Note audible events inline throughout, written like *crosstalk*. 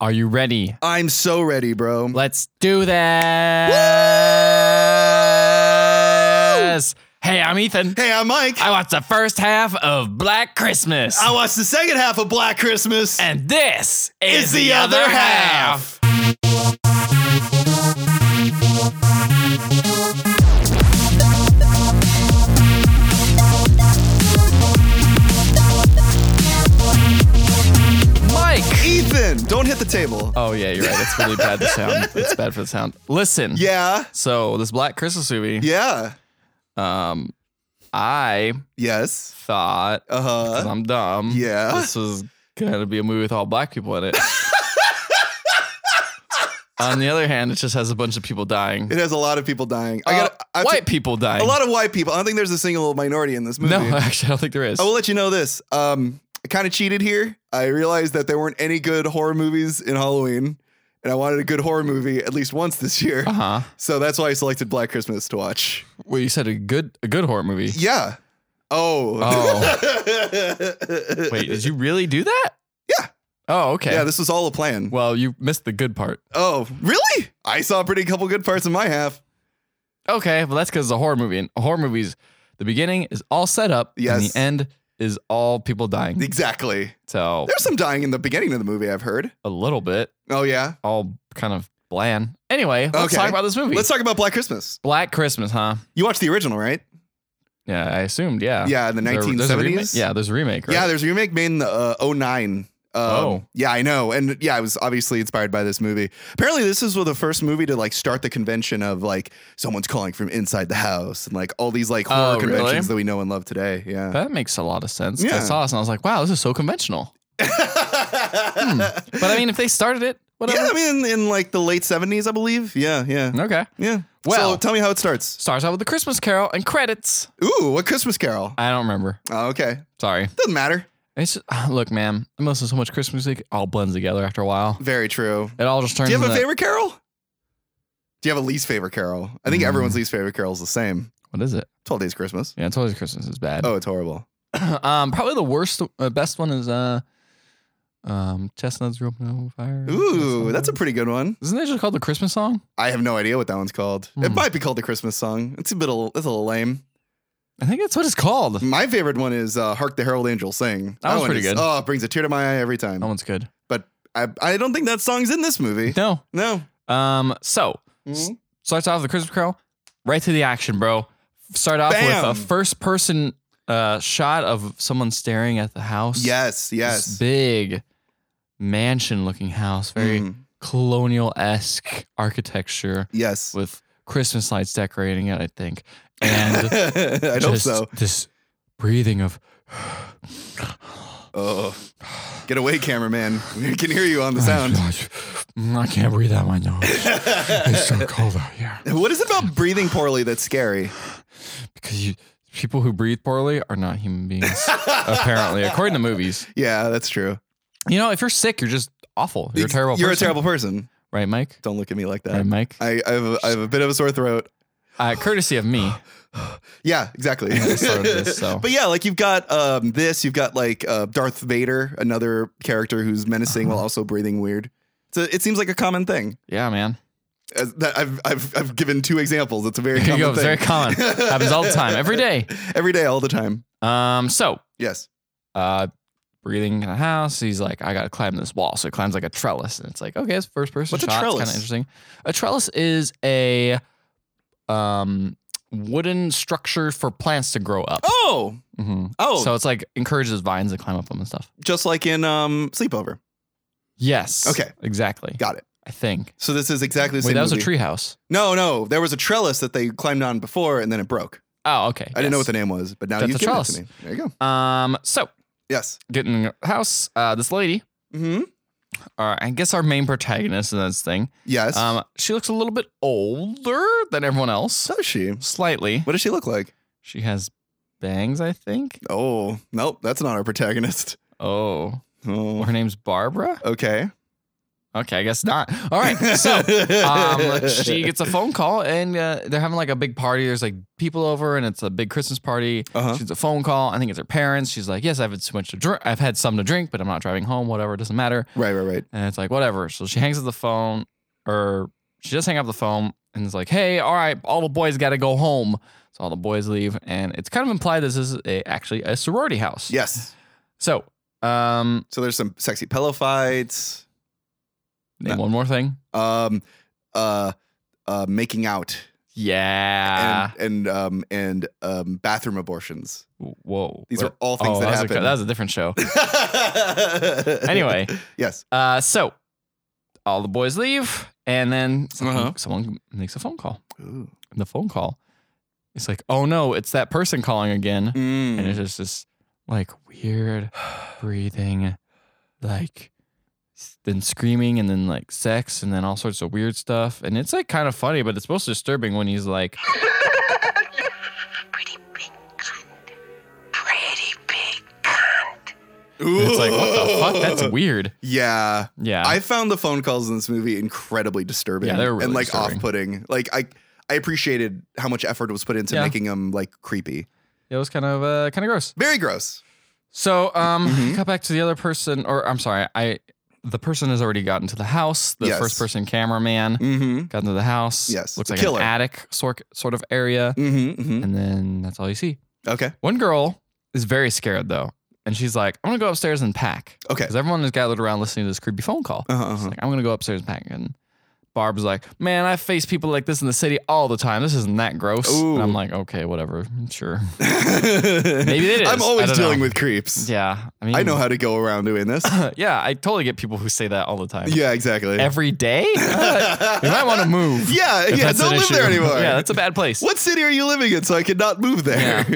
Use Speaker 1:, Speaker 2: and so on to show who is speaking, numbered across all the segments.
Speaker 1: Are you ready?
Speaker 2: I'm so ready, bro.
Speaker 1: Let's do this. Hey, I'm Ethan.
Speaker 2: Hey, I'm Mike.
Speaker 1: I watched the first half of Black Christmas.
Speaker 2: I watched the second half of Black Christmas.
Speaker 1: and this is
Speaker 2: It's the other half.
Speaker 1: Mike.
Speaker 2: Ethan, don't hit the table.
Speaker 1: Oh yeah, you're right. It's really bad the sound. It's bad for the sound. Listen.
Speaker 2: *laughs* yeah.
Speaker 1: So this Black Christmas movie,
Speaker 2: Yeah.
Speaker 1: um, I
Speaker 2: Yes.
Speaker 1: thought
Speaker 2: Uh
Speaker 1: because
Speaker 2: huh.
Speaker 1: I'm dumb.
Speaker 2: Yeah.
Speaker 1: This was gonna be a movie with all black people
Speaker 2: *laughs*
Speaker 1: in it. On the other hand, it just has a bunch of people dying.
Speaker 2: It has a lot of people dying. I
Speaker 1: Uh,
Speaker 2: got I have to-
Speaker 1: white people dying.
Speaker 2: a lot of white people. I don't think there's a single minority in this movie.
Speaker 1: no, actually, I don't think there is.
Speaker 2: I will let you know this. Um, I kind of cheated here. I realized that there weren't any good horror movies in Halloween, and I wanted a good horror movie at least once this year.
Speaker 1: *laughs* Uh huh.
Speaker 2: So that's why I selected Black Christmas to watch.
Speaker 1: Well, you said a good a good horror movie.
Speaker 2: Yeah. Oh.
Speaker 1: Oh.
Speaker 2: *laughs*
Speaker 1: Wait, did you really do that?
Speaker 2: Yeah.
Speaker 1: Oh, okay.
Speaker 2: Yeah, this was all a plan.
Speaker 1: well, you missed the good part.
Speaker 2: Oh, really? I saw a pretty couple good parts in my half.
Speaker 1: Okay, well that's because it's a horror movie, and horror movies, the beginning is all set up, and
Speaker 2: Yes.
Speaker 1: the end is all people dying.
Speaker 2: Exactly.
Speaker 1: So
Speaker 2: There's some dying in the beginning of the movie, I've heard.
Speaker 1: a little bit,
Speaker 2: Oh, yeah.
Speaker 1: all kind of bland. Anyway, let's
Speaker 2: Okay.
Speaker 1: talk about this movie.
Speaker 2: Let's talk about Black Christmas.
Speaker 1: Black Christmas, huh?
Speaker 2: You watched the original, right?
Speaker 1: Yeah, I assumed. Yeah,
Speaker 2: Yeah, in the
Speaker 1: There- there's a remake?
Speaker 2: 1970s.
Speaker 1: yeah, there's a remake. Right?
Speaker 2: Yeah, there's a remake made in uh, 09. Um,
Speaker 1: Oh.
Speaker 2: Yeah, I know. And yeah, I was obviously inspired by this movie. Apparently, this is the first movie to like start the convention of like someone's calling from inside the house and like all these like horror
Speaker 1: Oh, really?
Speaker 2: conventions that we know and love today.
Speaker 1: *laughs*
Speaker 2: Yeah.
Speaker 1: that makes a lot of sense. I
Speaker 2: Yeah.
Speaker 1: saw this and I was like, wow, this is so conventional. Hmm. But I mean, if they started it,
Speaker 2: Yeah,
Speaker 1: whatever.
Speaker 2: I mean, in, in like the late 70s, I believe. Yeah, yeah.
Speaker 1: Okay.
Speaker 2: Yeah.
Speaker 1: Well-
Speaker 2: so tell me how it starts.
Speaker 1: Starts out with the Christmas Carol and credits.
Speaker 2: Ooh, what Christmas Carol?
Speaker 1: I don't remember.
Speaker 2: Oh, okay.
Speaker 1: Sorry.
Speaker 2: Doesn't matter.
Speaker 1: It's ah, look, man. I'm listening to so much Christmas music. All blends together after a while.
Speaker 2: Very true.
Speaker 1: It all just turns.
Speaker 2: Do you have a
Speaker 1: into-
Speaker 2: favorite Carol? Do you have a least favorite Carol? I think
Speaker 1: Mm.
Speaker 2: everyone's least favorite Carol is the same.
Speaker 1: What is it?
Speaker 2: 12 Days of Christmas.
Speaker 1: Yeah, it's always Christmas is bad.
Speaker 2: Oh, it's horrible.
Speaker 1: *coughs* um, probably the worst, uh, best one is uh, um, chestnuts roasting over fire.
Speaker 2: Ooh, that's a pretty good one.
Speaker 1: Isn't it just called the Christmas song?
Speaker 2: I have no idea what that one's called. It
Speaker 1: Hmm.
Speaker 2: might be called the Christmas song. It's a bit, of, it's a little lame.
Speaker 1: I think that's what it's called. That
Speaker 2: My favorite one is uh, "Hark the Herald Angels Sing."
Speaker 1: That one's
Speaker 2: one
Speaker 1: pretty
Speaker 2: is-
Speaker 1: good. Oh.
Speaker 2: Oh, it brings a tear to my eye every time.
Speaker 1: one's good.
Speaker 2: But I, I don't think that song's in this
Speaker 1: *laughs*
Speaker 2: movie.
Speaker 1: No.
Speaker 2: No.
Speaker 1: Um. So
Speaker 2: Mhm.
Speaker 1: starts off with the Christmas Carol, right to the action, bro. Start off
Speaker 2: Bam.
Speaker 1: with a first person uh shot of someone staring at the house.
Speaker 2: Yes,
Speaker 1: This
Speaker 2: yes.
Speaker 1: big mansion looking house, very
Speaker 2: Mm,
Speaker 1: colonial esque architecture
Speaker 2: yes.
Speaker 1: with Christmas lights decorating it, I think.
Speaker 2: *laughs*
Speaker 1: And
Speaker 2: I hope
Speaker 1: just
Speaker 2: so.
Speaker 1: This breathing of
Speaker 2: Oh, get away, cameraman. We can hear you
Speaker 1: *laughs*
Speaker 2: on the sound.
Speaker 1: mm, I can't breathe out my
Speaker 2: *laughs*
Speaker 1: nose. it's so cold out here.
Speaker 2: What is it about breathing poorly that's scary?
Speaker 1: Because you, people who breathe poorly are not human
Speaker 2: *laughs*
Speaker 1: beings, apparently, according to movies.
Speaker 2: Yeah, that's true.
Speaker 1: You know, if you're sick, you're just awful. You're a terrible.
Speaker 2: You're
Speaker 1: person.
Speaker 2: a terrible Uh, person.
Speaker 1: *laughs* Right, Mike.
Speaker 2: Don't look at me like
Speaker 1: Right,
Speaker 2: that.
Speaker 1: Mike.
Speaker 2: I, I, have a, I have a bit of a sore throat.
Speaker 1: Uh, courtesy of me.
Speaker 2: Yeah, exactly.
Speaker 1: I started
Speaker 2: *laughs*
Speaker 1: this, so.
Speaker 2: But yeah, like you've got um, this. You've got like uh, Darth Vader, another character who's menacing
Speaker 1: Uh-huh.
Speaker 2: while also breathing weird. So it seems like a common thing.
Speaker 1: Yeah, man.
Speaker 2: As that I've, I've I've given two examples. It's a very
Speaker 1: There you
Speaker 2: common
Speaker 1: go. It's
Speaker 2: thing.
Speaker 1: very
Speaker 2: *laughs*
Speaker 1: common. Happens all the time, every day.
Speaker 2: Every day, all the time.
Speaker 1: Um. So
Speaker 2: Yes.
Speaker 1: uh, breathing in a house. He's like, I gotta climb this wall. So he climbs like a trellis, and it's like, okay, it's first person
Speaker 2: What's a
Speaker 1: shot. It's kind
Speaker 2: trellis?
Speaker 1: of interesting. A trellis is a um wooden structure for plants to grow up.
Speaker 2: Oh,
Speaker 1: Mhm.
Speaker 2: oh.
Speaker 1: So it's like encourages vines to climb up them and stuff.
Speaker 2: just like in um, Sleepover.
Speaker 1: Yes.
Speaker 2: Okay.
Speaker 1: Exactly.
Speaker 2: Got it.
Speaker 1: I think.
Speaker 2: So this is exactly the
Speaker 1: Wait,
Speaker 2: same.
Speaker 1: that was a
Speaker 2: movie.
Speaker 1: tree house.
Speaker 2: No, no. There was a trellis that they climbed on before, and then it broke.
Speaker 1: Oh, okay.
Speaker 2: I didn't know what the name was, but now
Speaker 1: That's
Speaker 2: you
Speaker 1: a
Speaker 2: gave it
Speaker 1: trellis.
Speaker 2: to me. There you go.
Speaker 1: the. Um. So
Speaker 2: Yes.
Speaker 1: getting in a house. Uh, this lady.
Speaker 2: Mm-hmm.
Speaker 1: Uh, I guess our main protagonist in this thing.
Speaker 2: Yes. Um,
Speaker 1: Um, she looks a little bit older than everyone else,
Speaker 2: so is she.
Speaker 1: slightly.
Speaker 2: What does she look like?
Speaker 1: She has bangs, I think.
Speaker 2: Oh, nope. That's not our protagonist.
Speaker 1: Oh,
Speaker 2: Oh.
Speaker 1: her name's Barbara.
Speaker 2: Okay.
Speaker 1: Okay, I guess not. All right.
Speaker 2: *laughs*
Speaker 1: So um, she gets a phone call and uh, they're having like a big party. There's like people over and it's a big Christmas party.
Speaker 2: Uh-huh.
Speaker 1: She gets a phone call. I think it's her parents. She's like, "Yes, I've had so much to drink. I've had some to drink, but I'm not driving home. Whatever, it doesn't matter."
Speaker 2: Right, right, right.
Speaker 1: And it's like, "Whatever." So she hangs up the phone, or she does hang up the phone and is like, "Hey, all right, all the boys got to go home." So all the boys leave, and it's kind of implied this is a, actually a sorority house.
Speaker 2: Yes.
Speaker 1: So, um,
Speaker 2: So there's some sexy pillow fights.
Speaker 1: name
Speaker 2: No.
Speaker 1: one more thing.
Speaker 2: Um, uh, uh, making out
Speaker 1: Yeah.
Speaker 2: and
Speaker 1: Ah.
Speaker 2: and um and um bathroom abortions.
Speaker 1: Whoa.
Speaker 2: These
Speaker 1: Where-
Speaker 2: are all things
Speaker 1: Oh,
Speaker 2: that
Speaker 1: was a-
Speaker 2: happen.
Speaker 1: that was a different
Speaker 2: *laughs*
Speaker 1: show. Anyway.
Speaker 2: yes.
Speaker 1: Uh, so all the boys leave, and then someone,
Speaker 2: Uh-huh.
Speaker 1: someone makes a phone call.
Speaker 2: Ooh.
Speaker 1: And the phone call, it's like, oh no, it's that person calling again,
Speaker 2: Mm.
Speaker 1: and it's just this like
Speaker 2: *sighs*
Speaker 1: weird breathing, like s- then screaming, and then like sex, and then all sorts of weird stuff, and it's like kind of funny, but it's most disturbing when he's like,
Speaker 3: Pretty big cunt. Pretty big cunt.
Speaker 2: Ooh.
Speaker 1: it's like what the fuck?
Speaker 2: *laughs*
Speaker 1: That's weird.
Speaker 2: Mm. Yeah.
Speaker 1: Yeah.
Speaker 2: I found the phone calls in this movie incredibly disturbing.
Speaker 1: Yeah, they were really
Speaker 2: and like
Speaker 1: disturbing.
Speaker 2: off-putting. Like I, I appreciated how much effort was put into
Speaker 1: Yeah.
Speaker 2: making them like creepy.
Speaker 1: it was kind of uh, kind of gross.
Speaker 2: Very gross.
Speaker 1: So, um,
Speaker 2: Mhm.
Speaker 1: cut back to the other person, or I'm sorry, I the person has already gotten to the house. The
Speaker 2: Yes.
Speaker 1: first person cameraman
Speaker 2: Mm-hmm.
Speaker 1: got into the house.
Speaker 2: Yes,
Speaker 1: looks
Speaker 2: the
Speaker 1: like
Speaker 2: killer.
Speaker 1: an attic sort sort of area,
Speaker 2: Mm-hmm. mm-hmm.
Speaker 1: and then that's all you see.
Speaker 2: Okay.
Speaker 1: One girl is very scared though, and she's like, "I'm gonna go upstairs and pack,"
Speaker 2: Okay.
Speaker 1: because everyone is gathered around listening to this creepy phone call.
Speaker 2: Eh. Uh-huh,
Speaker 1: She's
Speaker 2: uh-huh.
Speaker 1: like, "I'm gonna go upstairs and pack," and Barb's like, "Man, I face people like this in the city all the time. This isn't that gross."
Speaker 2: Ooh.
Speaker 1: And I'm like, "Okay, whatever, sure."
Speaker 2: *laughs*
Speaker 1: it is.
Speaker 2: I'm
Speaker 1: I
Speaker 2: always
Speaker 1: don't
Speaker 2: dealing
Speaker 1: know.
Speaker 2: with creeps.
Speaker 1: yeah, I mean,
Speaker 2: I know how to go around doing this.
Speaker 1: *coughs* yeah, *laughs* I totally get people who say that all the time.
Speaker 2: yeah, exactly. *laughs*
Speaker 1: Every day? Uh, you might want to move.
Speaker 2: yeah,
Speaker 1: if
Speaker 2: yeah.
Speaker 1: that's an
Speaker 2: Don't live
Speaker 1: issue.
Speaker 2: there anymore.
Speaker 1: yeah, that's a bad place.
Speaker 2: what city are you living in so I could not move there?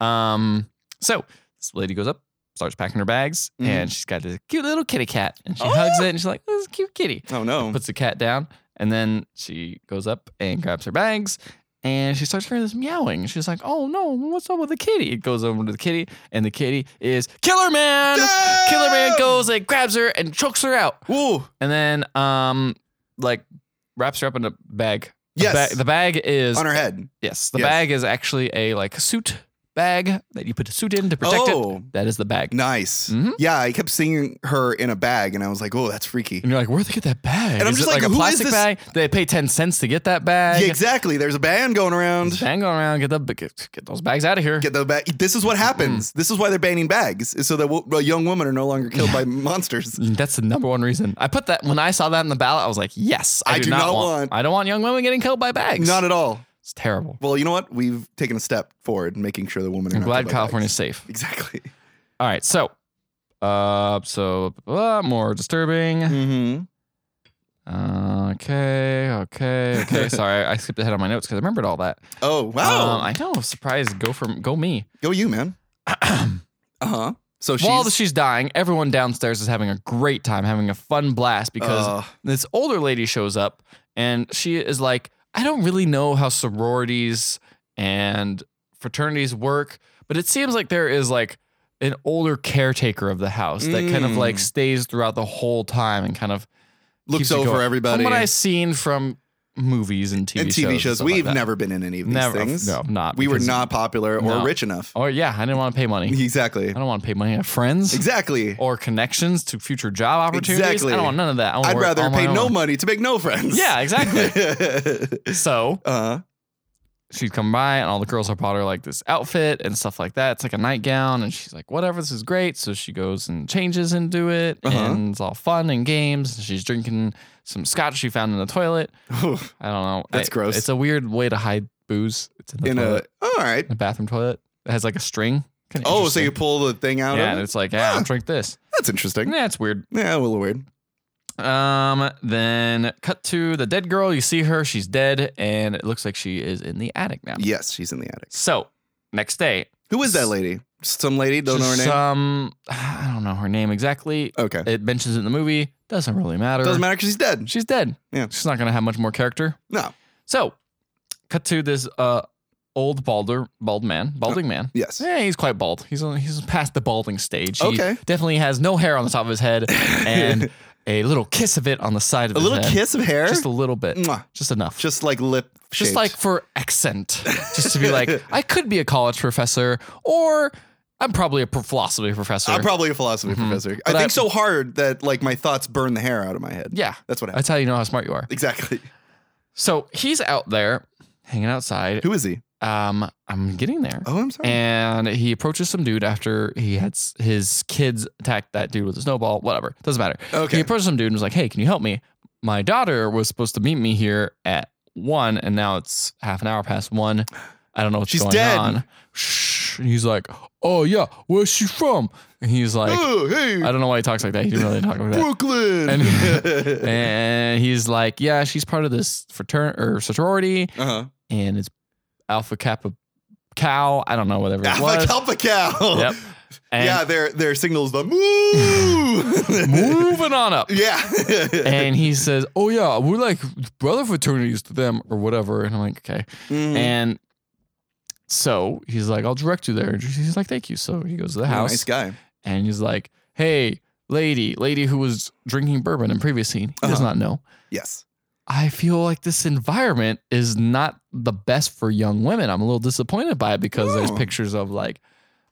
Speaker 1: Um, so this lady goes up, starts packing her bags,
Speaker 2: Mhm.
Speaker 1: and she's got this cute little kitty cat, and she hugs it, and she's like, "This is a cute kitty."
Speaker 2: *laughs* Oh no.
Speaker 1: Puts the cat down, and then she goes up and grabs her bags. And she starts hearing this meowing. She's like, "Oh no, what's up with the kitty?" It goes over to the kitty, and the kitty is Killer Man.
Speaker 2: Damn!
Speaker 1: Killer Man goes and grabs her and chokes her out.
Speaker 2: Ooh.
Speaker 1: and then um like wraps her up in a bag. A
Speaker 2: Yes.
Speaker 1: ba- the bag is
Speaker 2: On her head.
Speaker 1: yes. The
Speaker 2: yes.
Speaker 1: bag is actually a like suit bag that you put a suit in to protect
Speaker 2: Oh.
Speaker 1: it. That is the bag.
Speaker 2: Nice.
Speaker 1: Mhm.
Speaker 2: Yeah, I kept seeing her in a bag, and I was like, "Oh, that's freaky."
Speaker 1: And you're like, where'd they get that bag?
Speaker 2: And I'm
Speaker 1: Is
Speaker 2: just
Speaker 1: it
Speaker 2: like,
Speaker 1: a
Speaker 2: who is
Speaker 1: plastic
Speaker 2: this-
Speaker 1: bag. They pay ten cents to get that bag.
Speaker 2: Yeah, exactly. There's a ban going around.
Speaker 1: Bang going around, get the get, get those bags out of here.
Speaker 2: Get the bag. This is what happens.
Speaker 1: Mm-hmm.
Speaker 2: This is why they're banning bags, is so that wo- young women are no longer killed by monsters.
Speaker 1: That's the number one reason. I put that when I saw that in the ballot, I was like, yes, I, do, not, want, I don't want young women getting killed by bags.
Speaker 2: Not at all.
Speaker 1: it's terrible.
Speaker 2: Well, you know what? We've taken a step forward, in making sure the women are.
Speaker 1: I'm
Speaker 2: not
Speaker 1: glad
Speaker 2: killed by
Speaker 1: California's
Speaker 2: bags.
Speaker 1: safe.
Speaker 2: *laughs* Exactly.
Speaker 1: All right, so uh so uh, more disturbing.
Speaker 2: Mm-hmm.
Speaker 1: Uh, okay, okay,
Speaker 2: *laughs*
Speaker 1: okay. Sorry, I skipped ahead on my notes because I remembered all that.
Speaker 2: Oh wow!
Speaker 1: Um, I know. Surprise. Go from go me.
Speaker 2: Go
Speaker 1: *clears throat*
Speaker 2: you, man. uh huh. So she's.
Speaker 1: While she's dying, everyone downstairs is having a great time, having a fun blast because
Speaker 2: uh,
Speaker 1: this older lady shows up and she is like, I don't really know how sororities and fraternities work, but it seems like there is like an older caretaker of the house that kind of like
Speaker 2: Mm.
Speaker 1: stays throughout the whole time and kind of
Speaker 2: looks
Speaker 1: keeps it
Speaker 2: over
Speaker 1: going.
Speaker 2: everybody.
Speaker 1: From what I've seen from movies and TV
Speaker 2: and
Speaker 1: shows,
Speaker 2: TV
Speaker 1: and
Speaker 2: shows,
Speaker 1: stuff like
Speaker 2: we've
Speaker 1: that.
Speaker 2: never been in any of these
Speaker 1: never,
Speaker 2: things.
Speaker 1: no, not
Speaker 2: we were
Speaker 1: because-
Speaker 2: not popular or
Speaker 1: No. *laughs*
Speaker 2: rich enough.
Speaker 1: Oh yeah, I didn't want to pay money.
Speaker 2: Exactly.
Speaker 1: I don't want to pay money. I have friends
Speaker 2: Exactly.
Speaker 1: or connections to future job opportunities.
Speaker 2: Exactly.
Speaker 1: I don't want none of that. I wanna
Speaker 2: I'd
Speaker 1: work
Speaker 2: rather
Speaker 1: on my
Speaker 2: pay no
Speaker 1: own.
Speaker 2: money to make no friends.
Speaker 1: Yeah,
Speaker 2: *laughs*
Speaker 1: exactly.
Speaker 2: exactly.
Speaker 1: so
Speaker 2: *laughs* uh,
Speaker 1: she's come by and all the girls have bought her like this outfit and stuff like that. It's like a nightgown and she's like, whatever, this is great. So she goes and changes into it
Speaker 2: Uh-huh.
Speaker 1: and it's all fun and games. She's drinking some scotch she found in the toilet.
Speaker 2: huh.
Speaker 1: I don't know.
Speaker 2: That's
Speaker 1: I-
Speaker 2: gross.
Speaker 1: It's a weird way to hide booze. It's in the
Speaker 2: in
Speaker 1: toilet.
Speaker 2: a all
Speaker 1: *laughs*
Speaker 2: right.
Speaker 1: the bathroom toilet. It has like a string. Kinda
Speaker 2: Oh, so you
Speaker 1: interesting.
Speaker 2: pull the thing out
Speaker 1: yeah,
Speaker 2: of
Speaker 1: and
Speaker 2: it?
Speaker 1: it's like, yeah, I'll drink this. *laughs*
Speaker 2: That's interesting.
Speaker 1: Yeah, it's weird.
Speaker 2: Yeah, a little weird.
Speaker 1: Um, then cut to the dead girl. You see her; she's dead, and it looks like she is in the attic now.
Speaker 2: Yes, she's in the attic.
Speaker 1: So next day,
Speaker 2: Who is that lady? Some lady, don't know her
Speaker 1: just uh, some
Speaker 2: name.
Speaker 1: *sighs* I don't know her name exactly.
Speaker 2: Okay.
Speaker 1: It mentions it in the movie. Doesn't really matter.
Speaker 2: Doesn't matter because she's dead.
Speaker 1: She's dead.
Speaker 2: Yeah.
Speaker 1: she's not gonna have much more character.
Speaker 2: No.
Speaker 1: So cut to this uh old balder bald man, balding man.
Speaker 2: Yes.
Speaker 1: Yeah, he's quite bald. He's on, he's past the balding stage. He
Speaker 2: Okay. *laughs*
Speaker 1: definitely has no hair on the top of his head, and a little kiss of it on the side of
Speaker 2: A
Speaker 1: his
Speaker 2: little
Speaker 1: head.
Speaker 2: kiss of hair,
Speaker 1: just a little bit,
Speaker 2: Mwah.
Speaker 1: just enough, just,
Speaker 2: just like lip, shaped.
Speaker 1: like for accent, just to be
Speaker 2: *laughs*
Speaker 1: like, I could be a college professor, or I'm probably a pro- philosophy professor.
Speaker 2: I'm probably a philosophy professor. I
Speaker 1: Mm-hmm. But
Speaker 2: think
Speaker 1: I-
Speaker 2: so hard that like my thoughts burn the hair out of my head.
Speaker 1: yeah,
Speaker 2: that's what happened.
Speaker 1: that's how you know how smart you are.
Speaker 2: exactly.
Speaker 1: So he's out there hanging outside.
Speaker 2: Who is he?
Speaker 1: Um, I'm getting there.
Speaker 2: Oh, I'm sorry.
Speaker 1: and he approaches some dude after he had s- his kids attacked that dude with a snowball, whatever. Doesn't matter.
Speaker 2: okay.
Speaker 1: He approaches some dude and was like, Hey, can you help me? My daughter was supposed to meet me here at one, and now it's half an hour past one. I don't know what's
Speaker 2: She's
Speaker 1: going
Speaker 2: dead.
Speaker 1: on. Shh. And he's like, Oh yeah, where's she from? And he's like,
Speaker 2: oh,
Speaker 1: I
Speaker 2: hey,
Speaker 1: don't know why he talks like that. He didn't really talk like that.
Speaker 2: *laughs* Brooklyn.
Speaker 1: And- And he's like, Yeah, she's part of this fraternity or sorority,
Speaker 2: uh-huh.
Speaker 1: and it's Alpha Kappa Cow. I don't know whatever it
Speaker 2: Alpha
Speaker 1: was.
Speaker 2: Kappa Cow.
Speaker 1: Yep. And
Speaker 2: yeah, their their signals the moo.
Speaker 1: *laughs* moving on up.
Speaker 2: *laughs* yeah.
Speaker 1: And he says, Oh, yeah, we're like brother fraternities to them or whatever. And I'm like, Okay.
Speaker 2: Mm.
Speaker 1: And so he's like, I'll direct you there. And he's like, Thank you. So he goes to the house
Speaker 2: Nice guy.
Speaker 1: and he's like, Hey, lady, lady who was drinking bourbon in previous scene, he does
Speaker 2: Uh-huh.
Speaker 1: not know.
Speaker 2: Yes.
Speaker 1: I feel like this environment is not the best for young women. I'm a little disappointed by it because there's
Speaker 2: Oh.
Speaker 1: pictures of like,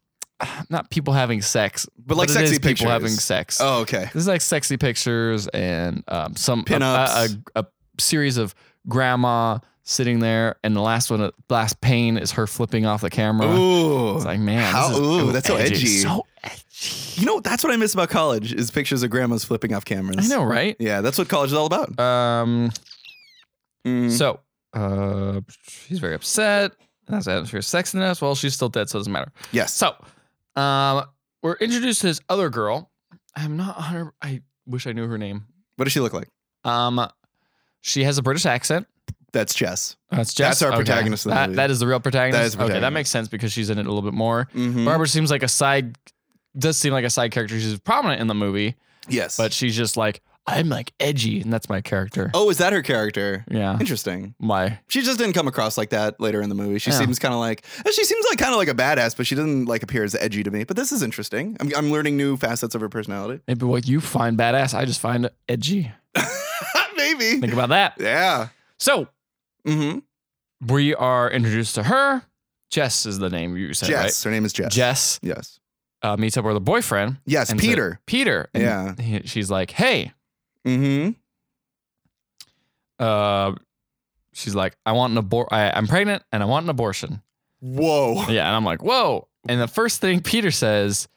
Speaker 1: *sighs* not people having sex,
Speaker 2: But like
Speaker 1: it
Speaker 2: sexy
Speaker 1: is
Speaker 2: pictures.
Speaker 1: people having sex.
Speaker 2: Oh, okay.
Speaker 1: This is like sexy pictures and um, some a, a,
Speaker 2: Pinups.
Speaker 1: a- a series of grandma sitting there, and the last one, uh, last pane, is her flipping off the camera.
Speaker 2: Ooh.
Speaker 1: It's like man,
Speaker 2: How-
Speaker 1: this is
Speaker 2: ooh, that's so edgy.
Speaker 1: so edgy.
Speaker 2: you know, that's what I miss about college is pictures of grandmas flipping off
Speaker 1: I
Speaker 2: cameras.
Speaker 1: know, right?
Speaker 2: Yeah, that's what college is all about.
Speaker 1: Um,
Speaker 2: Mm.
Speaker 1: so uh, she's very upset. And That's the atmosphere of sex in this. Well, she's still dead, so it doesn't matter.
Speaker 2: yes.
Speaker 1: So, um, we're introduced to this other girl. I'm not hundred. I wish I knew her name.
Speaker 2: what does she look like?
Speaker 1: Um, she has a British accent.
Speaker 2: That's chess.
Speaker 1: That's Jess.
Speaker 2: That's our
Speaker 1: Okay.
Speaker 2: protagonist of the
Speaker 1: That-
Speaker 2: movie.
Speaker 1: that is the real protagonist.
Speaker 2: That is the
Speaker 1: Okay, that
Speaker 2: protagonist.
Speaker 1: makes sense because she's in it a little bit more.
Speaker 2: Mhm.
Speaker 1: Barbara seems like a side, does seem like a side character. She's prominent in the movie,
Speaker 2: Yes.
Speaker 1: but she's just like I'm like edgy, and that's my character.
Speaker 2: oh, is that her character?
Speaker 1: Yeah,
Speaker 2: Interesting.
Speaker 1: my
Speaker 2: She just didn't come across like that later in the movie. She
Speaker 1: Yeah.
Speaker 2: seems kind of like eh, she seems like kind of like a badass, but she doesn't like appear as edgy to me. But this is interesting. I'm, I'm learning new facets of her personality. *laughs*
Speaker 1: maybe what you find badass, I just find edgy.
Speaker 2: Maybe.
Speaker 1: Think about that.
Speaker 2: Yeah.
Speaker 1: So
Speaker 2: Mm-hmm.
Speaker 1: we are introduced to her. Jess is the name you said,
Speaker 2: Jess. Her name is
Speaker 1: right?
Speaker 2: Jess.
Speaker 1: Jess
Speaker 2: Yes.
Speaker 1: uh, meets up with her boyfriend.
Speaker 2: Yes.
Speaker 1: And so-
Speaker 2: Peter.
Speaker 1: Peter. And
Speaker 2: Yeah.
Speaker 1: he- she's like, hey,
Speaker 2: Mm-hmm.
Speaker 1: uh, she's like, I want an abort. I'm pregnant and I want an abortion.
Speaker 2: Whoa.
Speaker 1: Yeah, and I'm like, whoa. And the first thing Peter says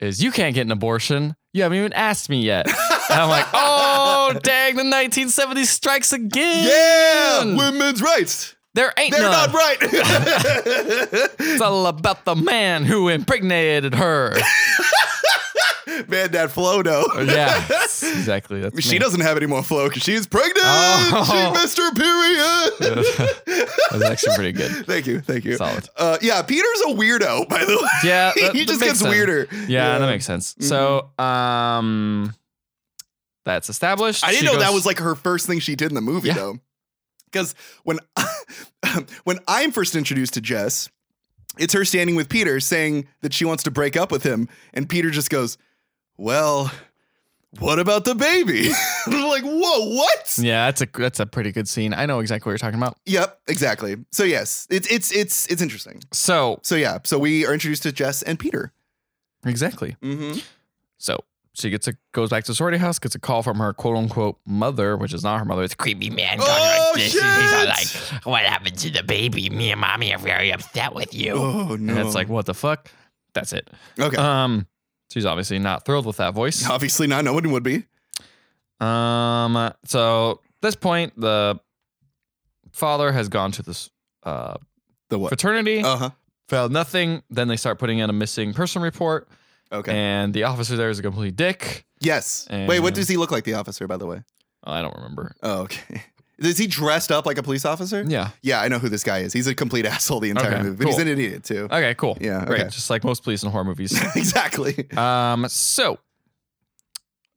Speaker 1: is, you can't get an abortion. You haven't even asked me
Speaker 2: *laughs*
Speaker 1: yet. And I'm like, oh, dang, the 1970s strikes again.
Speaker 2: Yeah. Women's rights.
Speaker 1: There ain't
Speaker 2: They're
Speaker 1: none.
Speaker 2: not right. *laughs*
Speaker 1: It's all about the man who impregnated
Speaker 2: *laughs*
Speaker 1: her.
Speaker 2: Man, that flow though.
Speaker 1: Oh, yeah, exactly. That's
Speaker 2: *laughs* She
Speaker 1: me.
Speaker 2: doesn't have any more flow because she's pregnant.
Speaker 1: Oh.
Speaker 2: She missed her period.
Speaker 1: That was actually pretty *laughs* good.
Speaker 2: Thank you, thank you.
Speaker 1: Solid.
Speaker 2: Uh, *laughs* yeah, Peter's a weirdo, by the way. *laughs*
Speaker 1: Yeah, that-
Speaker 2: he
Speaker 1: that
Speaker 2: just
Speaker 1: makes
Speaker 2: gets
Speaker 1: sense.
Speaker 2: weirder. Mm-hmm.
Speaker 1: Yeah, that makes sense. So, um, that's established.
Speaker 2: I
Speaker 1: She
Speaker 2: didn't know that
Speaker 1: goes-
Speaker 2: was like her first thing she did in the movie,
Speaker 1: Yeah.
Speaker 2: though. Because when *laughs* when I'm first introduced to Jess, it's her standing with Peter saying that she wants to break up with him, and Peter just goes, "Well, what about the baby?" *laughs* I'm like, "Whoa, what?"
Speaker 1: Yeah, that's a that's a pretty good scene. I know exactly what you're talking about.
Speaker 2: Yep, exactly. So yes, it's it's it's it's interesting.
Speaker 1: So
Speaker 2: So yeah, so we are introduced to Jess and Peter.
Speaker 1: exactly.
Speaker 2: Mm-hmm.
Speaker 1: So she gets a goes back to the sorority house, gets a call from her quote unquote mother, which is not her mother. It's creepy man.
Speaker 2: Oh,
Speaker 4: talking like this, and he's all
Speaker 2: shit!
Speaker 4: like, "What happened to the baby? Me and mommy are very upset with you."
Speaker 2: Oh no!
Speaker 1: and it's like what the fuck. That's it.
Speaker 2: okay,
Speaker 1: Um, she's obviously not thrilled with that voice.
Speaker 2: obviously not. No one would be.
Speaker 1: Um, so at this point, the father has gone to this uh,
Speaker 2: The what?
Speaker 1: fraternity,
Speaker 2: Uh huh.
Speaker 1: found nothing. Then they start putting in a missing person report,
Speaker 2: Okay.
Speaker 1: and the officer there is a complete dick.
Speaker 2: yes. Wait, what
Speaker 1: and-
Speaker 2: does he look like, the officer? By the way.
Speaker 1: I don't remember.
Speaker 2: Oh, okay. *laughs* Is he dressed up like a police officer?
Speaker 1: Yeah.
Speaker 2: Yeah, I know who this guy is. He's a complete *laughs* asshole the entire
Speaker 1: Okay,
Speaker 2: movie, but he's
Speaker 1: cool.
Speaker 2: an idiot too. *laughs*
Speaker 1: Okay. Cool.
Speaker 2: Yeah,
Speaker 1: Great.
Speaker 2: okay.
Speaker 1: Just like most police and horror movies.
Speaker 2: exactly.
Speaker 1: um. So.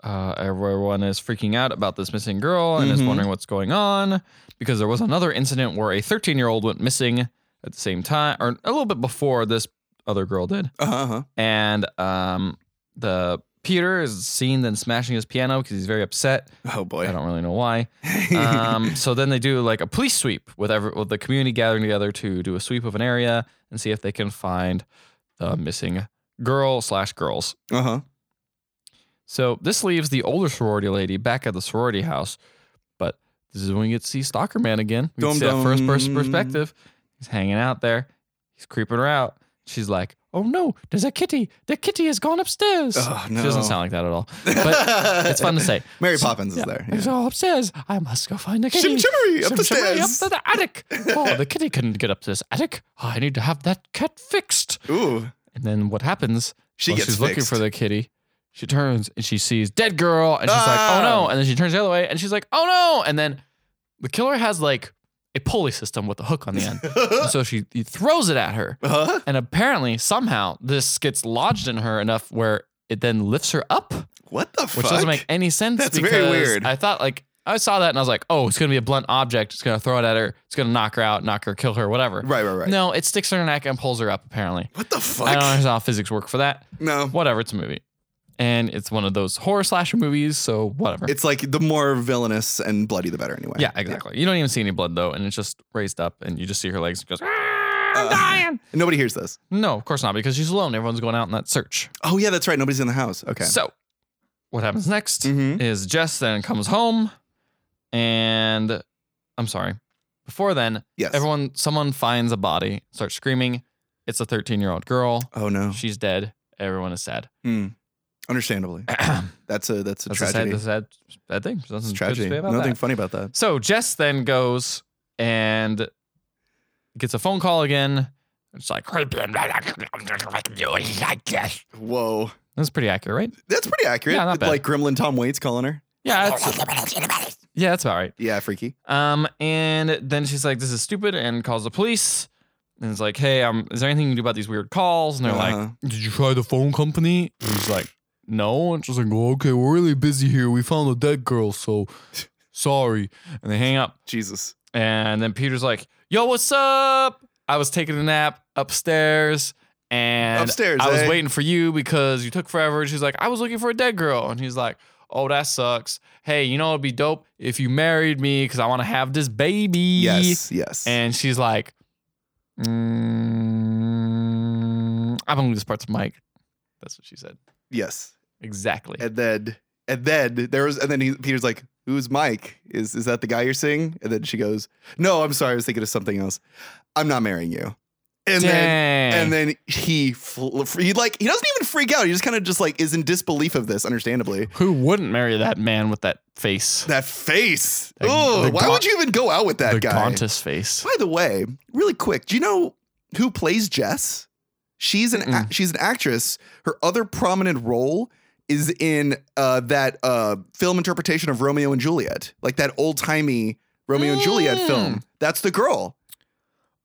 Speaker 1: Uh, everyone is freaking out about this missing girl and is
Speaker 2: Mhm.
Speaker 1: wondering what's going on because there was another incident where a 13 year old went missing at the same time
Speaker 2: Uh-huh.
Speaker 1: or a little bit before this other girl did.
Speaker 2: Uh huh.
Speaker 1: and um, the Peter is seen then smashing his piano because he's very upset.
Speaker 2: Oh boy.
Speaker 1: I don't really know why.
Speaker 2: *laughs*
Speaker 1: Um, so then they do like a police sweep with every with the community gathering together to do a sweep of an area and see if they can find the missing girl slash girls.
Speaker 2: Uh huh.
Speaker 1: So this leaves the older sorority lady back at the sorority house, but this is when we get to see Stalker Man again. We get to see that
Speaker 2: Dum-dum.
Speaker 1: first person perspective. He's hanging out there. He's creeping her out. She's like, "Oh no, there's a kitty. The kitty has gone upstairs."
Speaker 2: Oh,
Speaker 1: She doesn't
Speaker 2: no.
Speaker 1: sound like that at
Speaker 2: *laughs*
Speaker 1: all, but it's fun to say.
Speaker 2: Mary
Speaker 1: So-
Speaker 2: Poppins is there.
Speaker 1: I go upstairs. I must go find the kitty.
Speaker 2: Shim chimmery up
Speaker 1: Shim
Speaker 2: the
Speaker 1: shimmery
Speaker 2: stairs.
Speaker 1: Up to the attic. Oh, the kitty couldn't get up to this attic. Oh, I need to have that cat fixed.
Speaker 2: Ooh,
Speaker 1: And then what happens?
Speaker 2: she
Speaker 1: Well,
Speaker 2: gets
Speaker 1: she's looking
Speaker 2: fixed.
Speaker 1: for the kitty. She turns and she sees dead girl, and she's like, "Oh
Speaker 2: Ah.
Speaker 1: no!" And then she turns the other way, and she's like, "Oh no!" And then the killer has like a pulley system with a hook on the
Speaker 2: *laughs*
Speaker 1: end, and so she he throws it at her,
Speaker 2: huh?
Speaker 1: and apparently somehow this gets lodged in her enough where it then lifts her up,
Speaker 2: What the fuck?
Speaker 1: which doesn't make any sense.
Speaker 2: That's very
Speaker 1: because
Speaker 2: weird.
Speaker 1: I thought like I saw that and I was like, "Oh, it's gonna be a blunt object. It's gonna throw it at her. It's gonna knock her out, knock her, kill her, whatever."
Speaker 2: Right, right, right.
Speaker 1: No, it sticks in her neck and pulls her up. Apparently,
Speaker 2: What the
Speaker 1: I don't
Speaker 2: fuck?
Speaker 1: understand how physics work for that
Speaker 2: No.
Speaker 1: whatever, it's a movie. And it's one of those horror slasher movies, so whatever.
Speaker 2: It's like the more villainous and bloody, the better, anyway.
Speaker 1: yeah, exactly. You don't even see any blood though, and it's just raised up, and you just see her legs and goes. "Ah, I'm
Speaker 2: Uh,
Speaker 1: dying.
Speaker 2: Nobody hears this.
Speaker 1: No, of course not, because she's alone. Everyone's going out in that search.
Speaker 2: Oh yeah, that's right. Nobody's in the house. Okay.
Speaker 1: So, what happens next
Speaker 2: Mhm.
Speaker 1: is Jess then comes home, and I'm sorry. Before then,
Speaker 2: Yes.
Speaker 1: everyone, someone finds a body, starts screaming. It's a 13 year old girl.
Speaker 2: oh no.
Speaker 1: She's dead. Everyone is sad.
Speaker 2: Hmm. Understandably. that's a that's
Speaker 1: That's
Speaker 2: a
Speaker 1: a sad,
Speaker 2: tragedy.
Speaker 1: that's a sad, sad thing. There's
Speaker 2: it's
Speaker 1: nothing
Speaker 2: a
Speaker 1: good to
Speaker 2: tragedy.
Speaker 1: say about
Speaker 2: Nothing
Speaker 1: that.
Speaker 2: funny about that.
Speaker 1: So Jess then goes and gets a phone call again. It's like
Speaker 4: Creepy and like this.
Speaker 2: Whoa.
Speaker 1: that's pretty accurate, right?
Speaker 2: That's pretty accurate.
Speaker 1: Yeah, not bad.
Speaker 2: Like Gremlin Tom Waits calling her.
Speaker 1: Yeah, that's, yeah, that's about right.
Speaker 2: Yeah, freaky.
Speaker 1: Um, and then she's like, "This is stupid," and calls the police. And it's like, "Hey, um, is there anything you can do about these weird calls?" And they're
Speaker 2: Uh-huh.
Speaker 1: like, "Did you try the phone company?" And he's like, "No." And she's like, well, "Okay, we're really busy here. We found a dead girl, so sorry." And they hang up.
Speaker 2: Jesus.
Speaker 1: And then Peter's like, "Yo, what's up? I was taking a nap upstairs, and
Speaker 2: Upstairs,
Speaker 1: I was
Speaker 2: eh?
Speaker 1: waiting for you because you took forever." And she's like, "I was looking for a dead girl," and he's like, "Oh, that sucks. Hey, you know it'd be dope if you married me because I want to have this baby."
Speaker 2: Yes. Yes.
Speaker 1: E And she's like, mm, "I'm gonna leave this part to Mike." That's what she said.
Speaker 2: yes.
Speaker 1: Exactly.
Speaker 2: And then and then there was and then he, Peter's like, "Who's Mike? Is is that the guy you're seeing?" And then she goes, "No, I'm sorry, I was thinking of something else. I'm not marrying you." And then
Speaker 1: Dang.
Speaker 2: and then he fl- he like he doesn't even freak out. He just kind of just like is in disbelief of this, understandably.
Speaker 1: who wouldn't marry that man with that face?
Speaker 2: That face.
Speaker 1: That-
Speaker 2: oh,
Speaker 1: the
Speaker 2: why
Speaker 1: gaunt-
Speaker 2: would you even go out with that
Speaker 1: the
Speaker 2: guy?
Speaker 1: Gauntus face.
Speaker 2: By the way, really quick, do you know who plays Jess? She's an
Speaker 1: Mm-mm.
Speaker 2: ac she's an actress. Her other prominent role is in uh, that uh, film interpretation of Romeo and Juliet, like that old timey Romeo and Juliet
Speaker 1: Mm.
Speaker 2: film. That's the girl.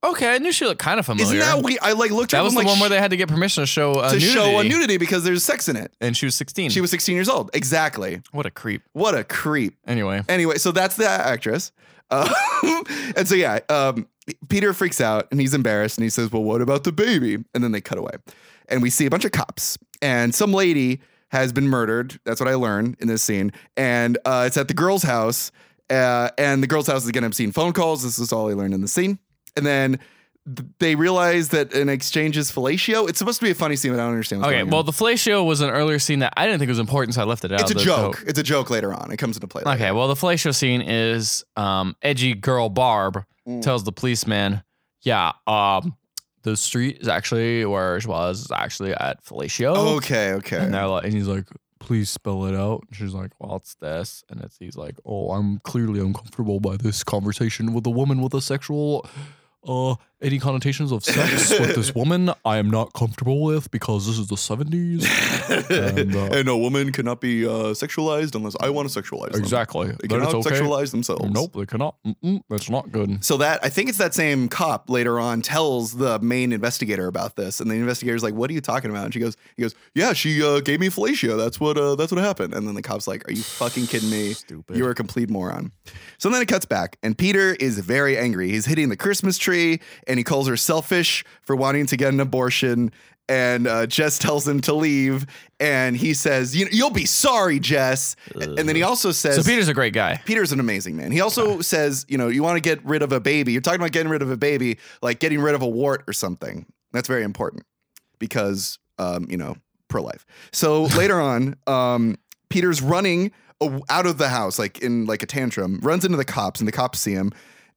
Speaker 1: Okay, I knew she looked kind of familiar.
Speaker 2: Isn't that weird? I like looked. her
Speaker 1: That
Speaker 2: up,
Speaker 1: was the
Speaker 2: I'm like,
Speaker 1: one where
Speaker 2: sh-
Speaker 1: they had to get permission to show uh,
Speaker 2: to
Speaker 1: nudity,
Speaker 2: show a nudity because there's sex in it.
Speaker 1: and she was 16.
Speaker 2: She was 16 years old. Exactly.
Speaker 1: what a creep.
Speaker 2: What a creep.
Speaker 1: Anyway,
Speaker 2: Anyway, so that's the actress. Uh, *laughs* and so, yeah, um, Peter freaks out and he's embarrassed and he says, Well, what about the baby? And then they cut away. And we see a bunch of cops. And some lady has been murdered. That's what I learned in this scene. And uh, it's at the girl's house. Uh, and the girl's house is getting obscene phone calls. This is all I learned in the scene. And then th- they realize that an exchange is fellatio. It's supposed to be a funny scene, but I don't understand what's
Speaker 1: okay.
Speaker 2: going on.
Speaker 1: Well, the fellatio was an earlier scene that I didn't think was important, so I left it out.
Speaker 2: it's a
Speaker 1: though,
Speaker 2: joke.
Speaker 1: so-
Speaker 2: It's a joke later on. It comes into play. later.
Speaker 1: Okay. Well, the fellatio scene is um, edgy girl Barb
Speaker 2: Mm.
Speaker 1: tells the policeman, "Yeah, um, the street is actually where she was is actually at fellatio."
Speaker 2: Okay, okay.
Speaker 1: And they're like, and he's like, "Please spell it out." And she's like, "Well, it's this," and it's he's like, "Oh, I'm clearly uncomfortable by this conversation with a woman with a sexual." Uh, any connotations of sex with
Speaker 2: *laughs*
Speaker 1: this woman, I am not comfortable with because this is the 70s.
Speaker 2: and,
Speaker 1: And, uh,
Speaker 2: a woman cannot be uh, sexualized unless I want to sexualize them.
Speaker 1: Exactly.
Speaker 2: They
Speaker 1: Then
Speaker 2: cannot
Speaker 1: it's okay.
Speaker 2: sexualize themselves.
Speaker 1: Nope, they cannot. Mm-mm, that's not good.
Speaker 2: So that I think it's that same cop later on tells the main investigator about this, and the investigator's like, "What are you talking about?" And she goes, "He goes, yeah, she uh, gave me fellatio. That's what uh, that's what happened." And then the cop's like, "Are you fucking kidding me?
Speaker 1: Stupid.
Speaker 2: You're a complete moron." So then it cuts back, and Peter is very angry. He's hitting the Christmas tree, and he calls her selfish for wanting to get an abortion. and uh, Jess tells him to leave, and he says, you, "You'll be sorry, Jess." and then he also says,
Speaker 1: So Peter's a great guy.
Speaker 2: Peter's an amazing man. He also says, you know, you want to get rid of a baby. You're talking about getting rid of a baby, like getting rid of a wart or something. That's very important because, um, you know, pro life. So later on, um, Peter's running a- out of the house, like in like a tantrum, runs into the cops, and the cops see him.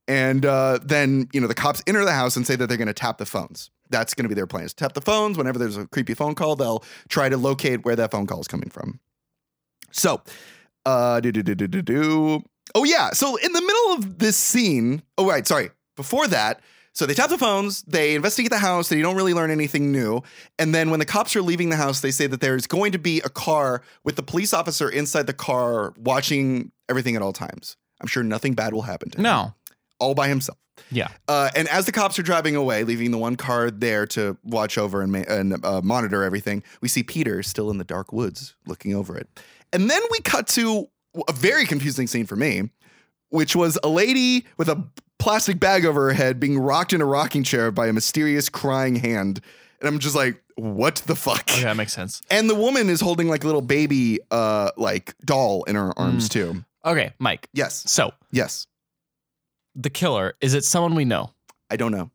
Speaker 2: And uh, then, you know, the cops enter the house and say that they're going to tap the phones. That's going to be their plan is tap the phones. Whenever there's a creepy phone call, they'll try to locate where that phone call is coming from. So, uh, do do do do do do. Oh yeah. So in the middle of this scene. Oh right. Sorry. Before that. So they tap the phones. They investigate the house. They don't really learn anything new. And then when the cops are leaving the house, they say that there's going to be a car with the police officer inside the car watching everything at all times. I'm sure nothing bad will happen to him.
Speaker 1: No.
Speaker 2: All by himself.
Speaker 1: Yeah.
Speaker 2: Uh, and as the cops are driving away, leaving the one car there to watch over and, ma- and uh, monitor everything, we see Peter still in the dark woods looking over it. And then we cut to a very confusing scene for me, which was a lady with a plastic bag over her head being rocked in a rocking chair by a mysterious crying hand. And I'm just like, what the fuck?
Speaker 1: Okay, that makes sense.
Speaker 2: And the woman is holding like a little baby, uh, like doll in her arms too.
Speaker 1: Okay, Mike.
Speaker 2: Yes,
Speaker 1: So
Speaker 2: yes.
Speaker 1: the killer is it someone we know?
Speaker 2: I don't know.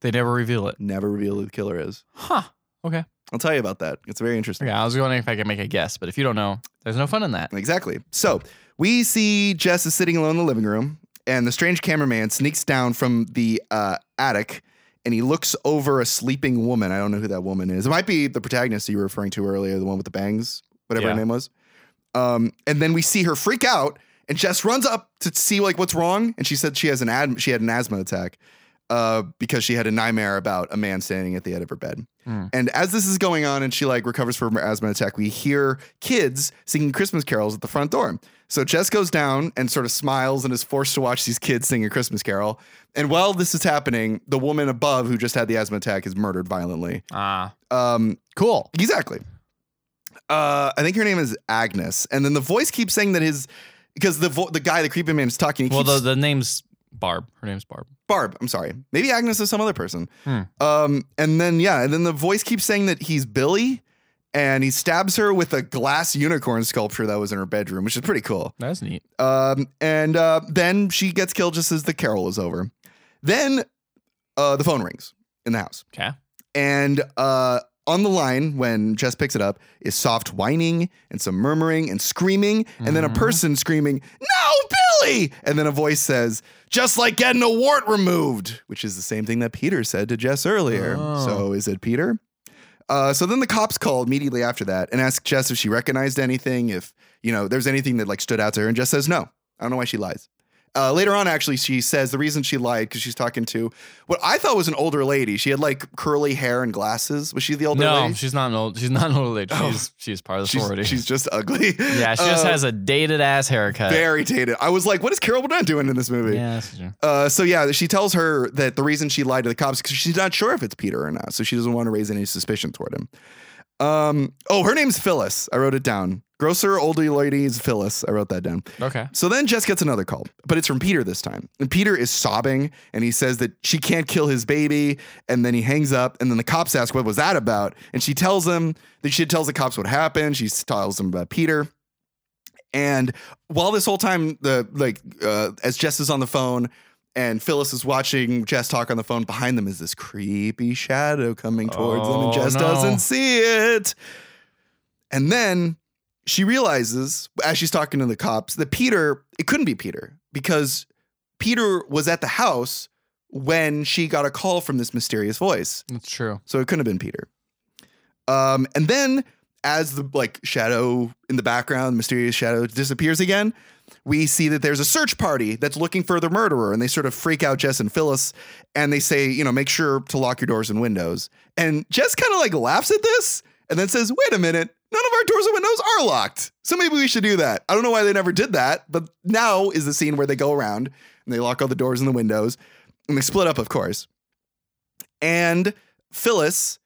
Speaker 1: They never reveal it.
Speaker 2: Never reveal who the killer is.
Speaker 1: Huh. Okay.
Speaker 2: I'll tell you about that. It's very interesting.
Speaker 1: Okay. I was wondering if I could make a guess, but if you don't know, there's no fun in
Speaker 2: *laughs*
Speaker 1: that.
Speaker 2: Exactly. So we see Jess is sitting alone in the living room, and the strange cameraman sneaks down from the uh, attic and he looks over a sleeping woman. I don't know who that woman is. It might be the protagonist you were referring to earlier, the one with the bangs, whatever her
Speaker 1: Yeah.
Speaker 2: name was. Um, and then we see her freak out, and Jess runs up to see like what's wrong, and she said she has an ad- she had an asthma attack uh, because she had a nightmare about a man standing at the head of her bed.
Speaker 1: Hmm.
Speaker 2: And as this is going on, and she like recovers from her asthma attack, we hear kids singing Christmas carols at the front door. So Jess goes down and sort of smiles and is forced to watch these kids sing a Christmas carol. And while this is happening, the woman above who just had the asthma attack is murdered violently.
Speaker 1: Ah.
Speaker 2: Um,
Speaker 1: cool.
Speaker 2: Exactly. Uh, I think her name is Agnes, and then the voice keeps saying that his because the vo- the guy, the creepy man, is talking. He
Speaker 1: Well,
Speaker 2: keeps,
Speaker 1: the, the name's Barb. Her name's Barb.
Speaker 2: Barb. I'm sorry, maybe Agnes is some other person.
Speaker 1: Hmm.
Speaker 2: Um, and then yeah, and then the voice keeps saying that he's Billy, and he stabs her with a glass unicorn sculpture that was in her bedroom, which is pretty cool.
Speaker 1: That's neat.
Speaker 2: Um, and uh, then she gets killed just as the carol is over. Then uh, the phone rings in the house.
Speaker 1: Okay.
Speaker 2: And uh, on the line, when Jess picks it up, is soft whining and some murmuring and screaming, and then a
Speaker 1: Mhm.
Speaker 2: person screaming, No, Billy! And then a voice says, Just like getting a wart removed, which is the same thing that Peter said to Jess earlier.
Speaker 1: Oh.
Speaker 2: So is it Peter? Uh, so then the cops call immediately after that and ask Jess if she recognized anything, if you know there's anything that like stood out to her, and Jess says no. I don't know why she lies. Uh, later on, actually, she says the reason she lied because she's talking to what I thought was an older lady. She had like curly hair and glasses. Was she the older
Speaker 1: No,
Speaker 2: lady?
Speaker 1: she's not an old. She's not an old lady. She's
Speaker 2: Oh.
Speaker 1: she's part of the sorority.
Speaker 2: she's, she's just ugly.
Speaker 1: *laughs* yeah, she just
Speaker 2: Uh,
Speaker 1: has a dated ass haircut.
Speaker 2: very dated. I was like, what is Carol Burnett doing in this movie?
Speaker 1: Yeah, that's true.
Speaker 2: Uh, so yeah, she tells her that the reason she lied to the cops because she's not sure if it's Peter or not, so she doesn't want to raise any suspicion toward him. Um, oh, her name's Phyllis. I wrote it down. Grocer older lady is Phyllis. I wrote that down.
Speaker 1: Okay.
Speaker 2: So then Jess gets another call, but it's from Peter this time. And Peter is sobbing and he says that she can't kill his baby. And then he hangs up. And then the cops ask, What was that about? And she tells him that she tells the cops what happened. She tells them about Peter. And while this whole time, the like, uh, as Jess is on the phone and Phyllis is watching Jess talk on the phone, behind them is this creepy shadow coming towards them. And
Speaker 1: Oh,
Speaker 2: Jess
Speaker 1: no.
Speaker 2: doesn't see it. And then she realizes as she's talking to the cops that Peter, it couldn't be Peter because Peter was at the house when she got a call from this mysterious voice.
Speaker 1: That's true.
Speaker 2: So it couldn't have been Peter. Um, and then as the like shadow in the background, mysterious shadow disappears again, we see that there's a search party that's looking for the murderer and they sort of freak out Jess and Phyllis and they say, you know, make sure to lock your doors and windows. And Jess kind of like laughs at this and then says, wait a minute, none of our doors and windows are locked. So maybe we should do that. I don't know why they never did that, but now is the scene where they go around and they lock all the doors and the windows and they split up, of course. And Phyllis,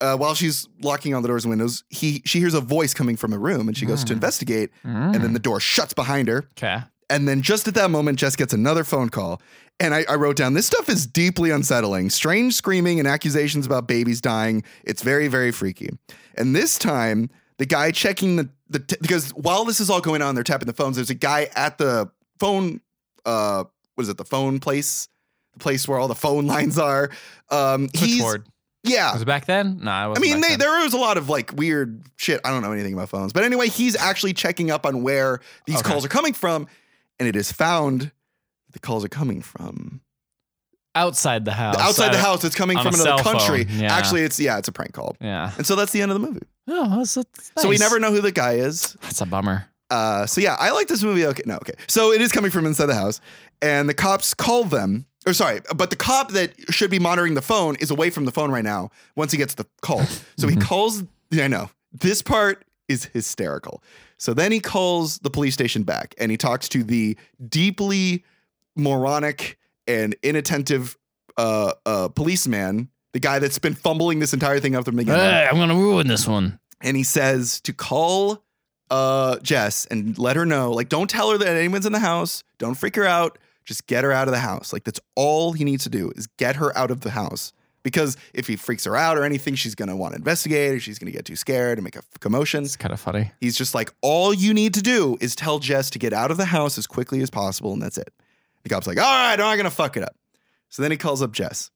Speaker 2: uh, while she's locking all the doors and windows, he she hears a voice coming from a room and she goes to
Speaker 1: Hmm.
Speaker 2: investigate and then the door shuts behind her.
Speaker 1: okay.
Speaker 2: And then just at that moment, Jess gets another phone call. And I, I wrote down this stuff is deeply unsettling. Strange screaming and accusations about babies dying. It's very, very freaky. And this time, the guy checking the, the t- because while this is all going on, they're tapping the phones. There's a guy at the phone, uh, what is it, the phone place? The place where all the phone *laughs* lines are. Um, he's,
Speaker 1: Switchboard.
Speaker 2: yeah.
Speaker 1: Was it back then? No, I
Speaker 2: Uh, I
Speaker 1: wasn't.
Speaker 2: mean,
Speaker 1: back
Speaker 2: they,
Speaker 1: then.
Speaker 2: there was a lot of like weird shit. I don't know anything about phones, but anyway, he's actually checking up on where these
Speaker 1: Okay.
Speaker 2: calls are coming from, and it is found the calls are coming from
Speaker 1: outside the house.
Speaker 2: outside the
Speaker 1: I-
Speaker 2: house. It's coming
Speaker 1: on
Speaker 2: from
Speaker 1: a
Speaker 2: another
Speaker 1: cell
Speaker 2: country.
Speaker 1: phone, yeah.
Speaker 2: Actually, it's yeah, it's a prank call,
Speaker 1: Yeah.
Speaker 2: and so that's the end of the movie.
Speaker 1: Oh, that's, that's
Speaker 2: So we
Speaker 1: nice.
Speaker 2: never know who the guy is.
Speaker 1: That's a bummer.
Speaker 2: Uh, so yeah, I like this movie. Okay, no, okay. So it is coming from inside the house, and the cops call them. Or sorry, but the cop that should be monitoring the phone is away from the phone right now. Once he gets the call, so he calls. Yeah, I know this part is hysterical. So then he calls the police station back, and he talks to the deeply moronic and inattentive uh, uh, policeman, the guy that's been fumbling this entire thing up from the beginning
Speaker 1: Hey, I'm gonna ruin this one.
Speaker 2: and he says to call uh Jess and let her know like don't tell her that anyone's in the house don't freak her out just get her out of the house like that's all he needs to do is get her out of the house because if he freaks her out or anything she's going to want to investigate or she's going to get too scared and make a commotion
Speaker 1: It's kind of funny.
Speaker 2: he's just like all you need to do is tell Jess to get out of the house as quickly as possible and that's it the cop's like all right I'm not going to fuck it up so then he calls up Jess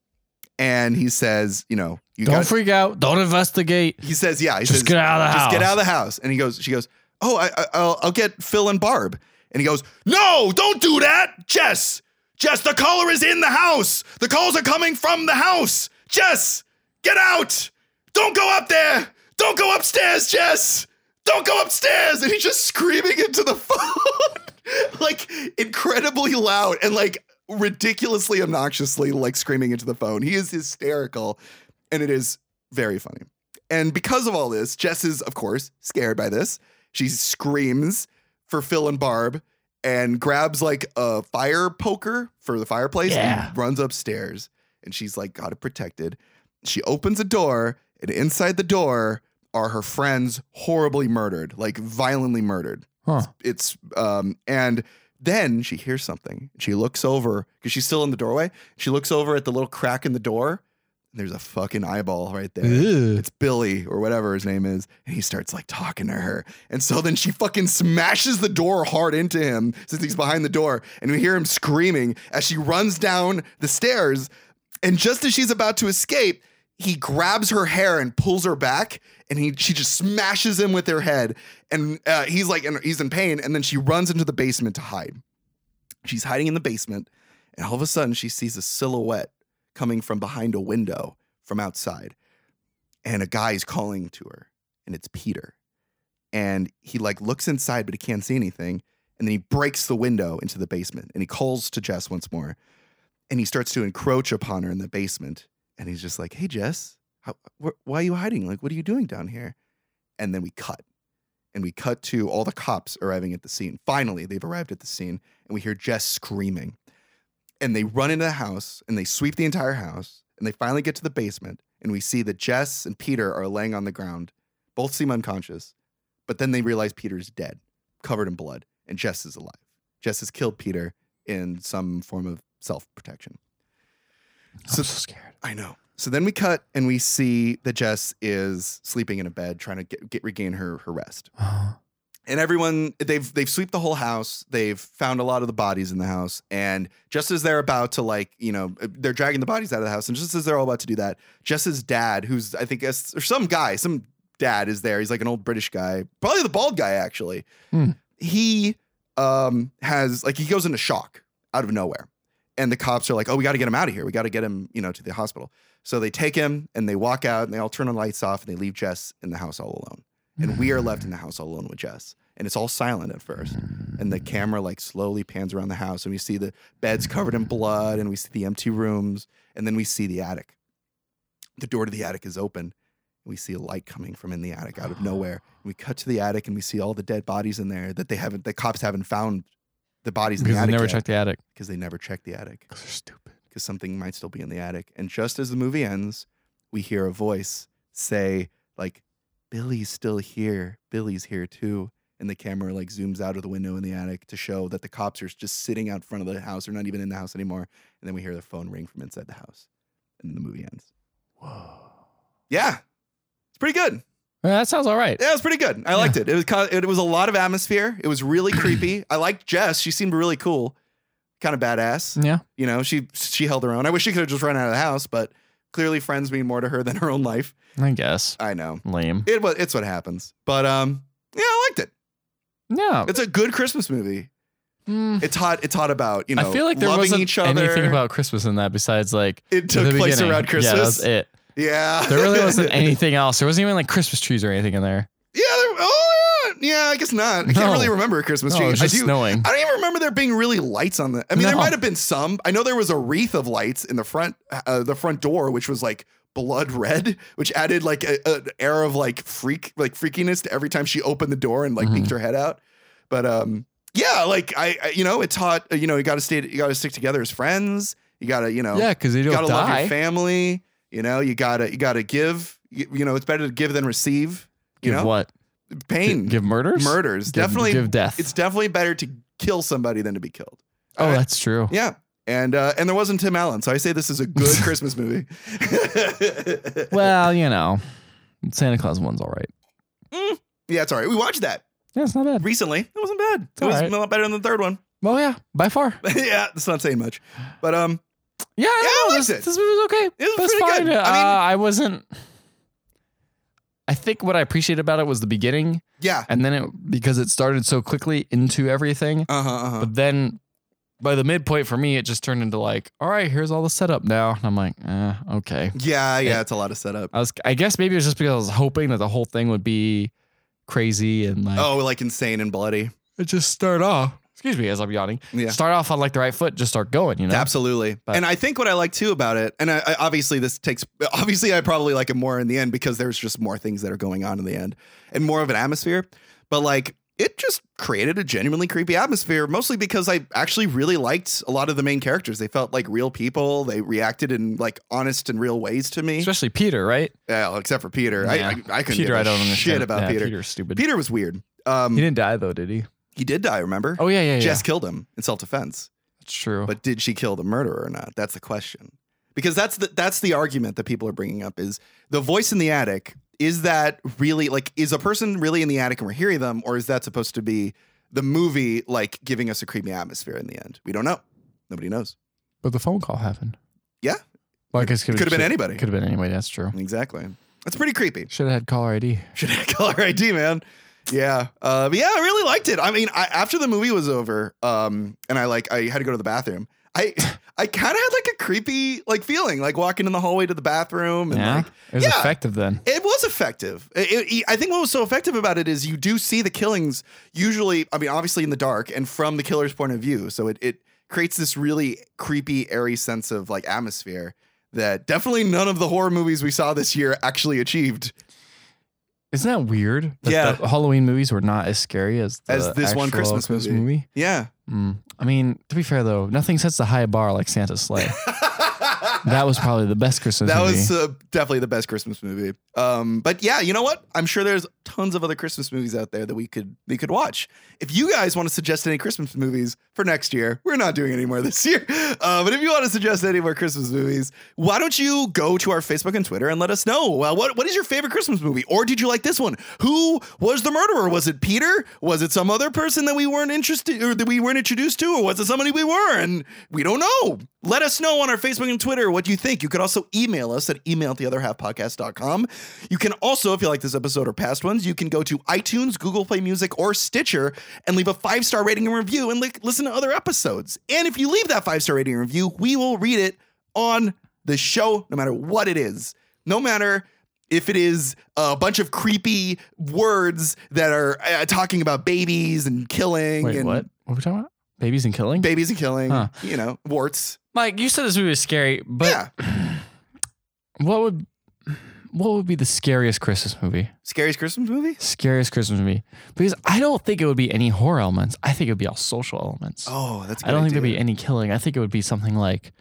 Speaker 2: and he says you know you
Speaker 1: Don't
Speaker 2: got
Speaker 1: freak out. Don't investigate.
Speaker 2: he says yeah he
Speaker 1: Just
Speaker 2: says,
Speaker 1: get out of the
Speaker 2: just
Speaker 1: house.
Speaker 2: get out of the house. And he goes, she goes, oh, I, I, I'll, I'll get Phil and Barb. And he goes, no, don't do that, Jess. Jess, the caller is in the house. The calls are coming from the house. Jess, get out. Don't go up there. Don't go upstairs, Jess. Don't go upstairs. And he's just screaming into the *laughs* phone, like incredibly loud and like ridiculously obnoxiously, like screaming into the phone. He is hysterical. And it is very funny. And because of all this, Jess is, of course, scared by this. She screams for Phil and Barb and grabs like a fire poker for the fireplace
Speaker 1: Yeah.
Speaker 2: and runs upstairs. And she's like, got it protected. She opens a door, and inside the door are her friends horribly murdered, like violently murdered
Speaker 1: Huh.
Speaker 2: it's um and then she hears something. She looks over because she's still in the doorway. She looks over at the little crack in the door. And there's a fucking eyeball right there.
Speaker 1: Ew.
Speaker 2: It's Billy or whatever his name is, and he starts like talking to her. And so then she fucking smashes the door hard into him since he's behind the door, and we hear him screaming as she runs down the stairs. And just as she's about to escape, he grabs her hair and pulls her back, and he she just smashes him with her head. And uh, he's like, and he's in pain. And then she runs into the basement to hide. She's hiding in the basement, and all of a sudden she sees a silhouette coming from behind a window from outside. And a guy is calling to her, and it's Peter. And he like looks inside, but he can't see anything. And then he breaks the window into the basement and he calls to Jess once more. And he starts to encroach upon her in the basement. And he's just like, Hey, Jess, how, wh- why are you hiding? Like, what are you doing down here? And then we cut. And we cut to all the cops arriving at the scene. Finally, they've arrived at the scene and we hear Jess screaming. And they run into the house and they sweep the entire house and they finally get to the basement and we see that Jess and Peter are laying on the ground. Both seem unconscious, but then they realize Peter's dead, covered in blood, and Jess is alive. Jess has killed Peter in some form of self protection.
Speaker 1: I'm
Speaker 2: So-
Speaker 1: so scared.
Speaker 2: I know. So then we cut and we see that Jess is sleeping in a bed trying to get, get regain her, her rest
Speaker 1: Oh.
Speaker 2: and everyone they've they've sweeped the whole house they've found a lot of the bodies in the house and just as they're about to like you know they're dragging the bodies out of the house and just as they're all about to do that jess's dad who's i think as- or some guy some dad is there he's like an old british guy probably the bald guy actually
Speaker 1: Hmm.
Speaker 2: he um has like he goes into shock out of nowhere and the cops are like oh we got to get him out of here we got to get him you know to the hospital so they take him and they walk out and they all turn the lights off and they leave jess in the house all alone and we are left in the house all alone with Jess. And it's all silent at first. And the camera like slowly pans around the house and we see the beds covered in blood and we see the empty rooms and then we see the attic. The door to the attic is open. We see a light coming from in the attic out of nowhere. We cut to the attic and we see all the dead bodies in there that they haven't the cops haven't found the bodies in
Speaker 1: Because
Speaker 2: the
Speaker 1: they
Speaker 2: attic
Speaker 1: never
Speaker 2: yet,
Speaker 1: checked the attic.
Speaker 2: because they never checked the attic
Speaker 1: Because they're stupid.
Speaker 2: because something might still be in the attic. And just as the movie ends, we hear a voice say, like, Billy's still here. Billy's here too. and the camera like zooms out of the window in the attic to show that the cops are just sitting out front of the house. They're not even in the house anymore. And then we hear their phone ring from inside the house, and then the movie ends.
Speaker 1: Whoa.
Speaker 2: Yeah, it's pretty good.
Speaker 1: Yeah, that sounds all right.
Speaker 2: Yeah, it was pretty good. I liked it. It was co- it was a lot of atmosphere. It
Speaker 1: *clears throat*
Speaker 2: was really creepy. I liked Jess. She seemed really cool, kind of badass.
Speaker 1: Yeah.
Speaker 2: You know, she she held her own. I wish she could have just run out of the house, but clearly friends mean more to her than her own life.
Speaker 1: I guess.
Speaker 2: I know
Speaker 1: Lame.
Speaker 2: it was. It's what happens. But um, yeah, I liked it.
Speaker 1: No.
Speaker 2: It's a good Christmas movie.
Speaker 1: Mm.
Speaker 2: It's hot. It's hot about you know.
Speaker 1: I feel like there
Speaker 2: loving
Speaker 1: wasn't
Speaker 2: each other.
Speaker 1: anything about Christmas in that besides like
Speaker 2: it took
Speaker 1: the
Speaker 2: place
Speaker 1: beginning.
Speaker 2: around Christmas.
Speaker 1: Yeah, that was it.
Speaker 2: Yeah.
Speaker 1: There really
Speaker 2: *laughs*
Speaker 1: wasn't anything else. There wasn't even like Christmas trees or anything in there.
Speaker 2: yeah. There, oh yeah. Yeah. I guess not. I can't
Speaker 1: No.
Speaker 2: really remember a Christmas
Speaker 1: No,
Speaker 2: tree.
Speaker 1: Oh, it was
Speaker 2: I
Speaker 1: just
Speaker 2: do.
Speaker 1: snowing.
Speaker 2: I don't even remember there being really lights on the. I mean, there
Speaker 1: No.
Speaker 2: might have been some. I know there was a wreath of lights in the front, uh, the front door, which was like blood red, which added like a, a- an air of like freak, like freakiness to every time she opened the door and like
Speaker 1: Mhm.
Speaker 2: peeked her head out. But um, yeah, like I, I you know, it taught you know you got to stay, you got to stick together as friends. You got to you know,
Speaker 1: Yeah, because they
Speaker 2: you
Speaker 1: don't
Speaker 2: got to love
Speaker 1: die.
Speaker 2: your family. You know, you gotta you gotta give. You, you know, it's better to give than receive. You
Speaker 1: give
Speaker 2: know,
Speaker 1: what? Gi-
Speaker 2: pain,
Speaker 1: Give murders?
Speaker 2: murders,
Speaker 1: Give-
Speaker 2: definitely
Speaker 1: give death.
Speaker 2: it's definitely better to kill somebody than to be killed.
Speaker 1: oh,
Speaker 2: uh,
Speaker 1: that's true.
Speaker 2: Yeah. And uh, and there wasn't Tim Allen, so I say this is
Speaker 1: *laughs*
Speaker 2: a good Christmas movie. *laughs*
Speaker 1: Well, you know, Santa Claus one's all right.
Speaker 2: yeah, it's all right. We watched that
Speaker 1: Yeah, it's not bad.
Speaker 2: recently. It wasn't bad. It
Speaker 1: all
Speaker 2: was
Speaker 1: right.
Speaker 2: a lot better than the third one. *laughs*
Speaker 1: Oh yeah, by far.
Speaker 2: yeah, that's not saying much. But um,
Speaker 1: Yeah, I
Speaker 2: Yeah, I
Speaker 1: don't know.
Speaker 2: liked
Speaker 1: This,
Speaker 2: it.
Speaker 1: this movie was okay. It
Speaker 2: was
Speaker 1: That's
Speaker 2: pretty
Speaker 1: fine.
Speaker 2: good. I
Speaker 1: I
Speaker 2: mean-
Speaker 1: mean, uh, I wasn't. I think what I appreciated about it was the beginning,
Speaker 2: yeah.
Speaker 1: and then it because it started so quickly into everything.
Speaker 2: Uh huh. Uh-huh.
Speaker 1: But then by the midpoint for me, it just turned into like, all right, here's all the setup now, and I'm like, eh, okay.
Speaker 2: Yeah, yeah. It's a lot of setup.
Speaker 1: I was, I guess maybe it was just because I was hoping that the whole thing would be crazy and like
Speaker 2: Oh, like insane and bloody.
Speaker 1: it just start off. Excuse me, as I'm yawning.
Speaker 2: Yeah.
Speaker 1: Start off on like the right foot, just start going. You know.
Speaker 2: Absolutely.
Speaker 1: But-
Speaker 2: and I think what I like too about it, and I, I obviously this takes obviously I probably like it more in the end because there's just more things that are going on in the end and more of an atmosphere. But like it just created a genuinely creepy atmosphere, mostly because I actually really liked a lot of the main characters. They felt like real people. They reacted in like honest and real ways to me.
Speaker 1: Especially Peter, right?
Speaker 2: Well, except for Peter.
Speaker 1: Yeah.
Speaker 2: I, I, I couldn't
Speaker 1: Peter,
Speaker 2: give a
Speaker 1: I don't understand
Speaker 2: shit about
Speaker 1: Yeah,
Speaker 2: Peter. Peter.
Speaker 1: Peter's stupid.
Speaker 2: was weird. Um,
Speaker 1: He
Speaker 2: he, did
Speaker 1: didn't die though, did he?
Speaker 2: die, remember?
Speaker 1: Oh yeah, yeah, yeah.
Speaker 2: Jess killed him in self defense.
Speaker 1: That's true.
Speaker 2: But did she kill the murderer or not? That's the question. Because that's the that's the argument that people are bringing up is the voice in the attic. Is that really like is a person really in the attic and we're hearing them, or is that supposed to be the movie like giving us a creepy atmosphere in the end? We don't know. Nobody knows.
Speaker 1: but the phone call happened.
Speaker 2: Yeah.
Speaker 1: Well, I guess
Speaker 2: Could have been anybody.
Speaker 1: Could have been anybody. That's true.
Speaker 2: Exactly. That's pretty creepy.
Speaker 1: Should have had caller ID.
Speaker 2: Should *laughs* have color ID, man. Yeah. Uh, but yeah, I really liked it. I mean, I, after the movie was over, um, and I like I had to go to the bathroom. I *sighs* I kind of had like a creepy like feeling, like walking in the hallway to the bathroom, and
Speaker 1: Yeah.
Speaker 2: like
Speaker 1: It was
Speaker 2: yeah.
Speaker 1: effective then.
Speaker 2: it was effective. It- it- I think what was so effective about it is you do see the killings usually. I mean, obviously in the dark and from the killer's point of view, so it it creates this really creepy, airy sense of like atmosphere that definitely none of the horror movies we saw this year actually achieved.
Speaker 1: Isn't that weird? that
Speaker 2: Yeah.
Speaker 1: The Halloween movies were not as scary as the
Speaker 2: As this one
Speaker 1: actual
Speaker 2: Christmas movie. Yeah. *laughs*
Speaker 1: Mm. I mean, to be fair though, nothing sets the high bar like Santa's sleigh. that was probably the best Christmas
Speaker 2: that
Speaker 1: movie.
Speaker 2: was uh, definitely the best Christmas movie. Um, but yeah, you know what? I'm sure there's tons of other Christmas movies out there that we could we could watch. If you guys want to suggest any Christmas movies for next year, we're not doing any more this year. *laughs* Uh, but if you want to suggest any more Christmas movies, why don't you go to our Facebook and Twitter and let us know? Well, what what is your favorite Christmas movie, or did you like this one? Who was the murderer? Was it Peter? Was it some other person that we weren't interested or that we weren't introduced to, or was it somebody we were? And we don't know. Let us know on our Facebook and Twitter what you think. You could also email us at email at the other half podcast.com. You can also, if you like this episode or past ones, you can go to iTunes, Google Play Music, or Stitcher and leave a five star rating and review and li- listen to other episodes. And if you leave that five star rating and review, we will read it on the show, no matter what it is, no matter if it is a bunch of creepy words that are uh, talking about babies and killing
Speaker 1: Wait,
Speaker 2: and
Speaker 1: what? What were we talking about? Babies and killing?
Speaker 2: babies and killing,
Speaker 1: Huh.
Speaker 2: you know, warts.
Speaker 1: Mike, you said this movie was scary, but
Speaker 2: yeah,
Speaker 1: *clears throat* what would what would be the scariest Christmas movie?
Speaker 2: scariest Christmas movie.
Speaker 1: Scariest Christmas movie. Because I don't think it would be any horror elements. I think it would be all social elements.
Speaker 2: Oh, that's. a
Speaker 1: I don't
Speaker 2: good
Speaker 1: think there'd
Speaker 2: idea.
Speaker 1: be any killing. I think it would be something like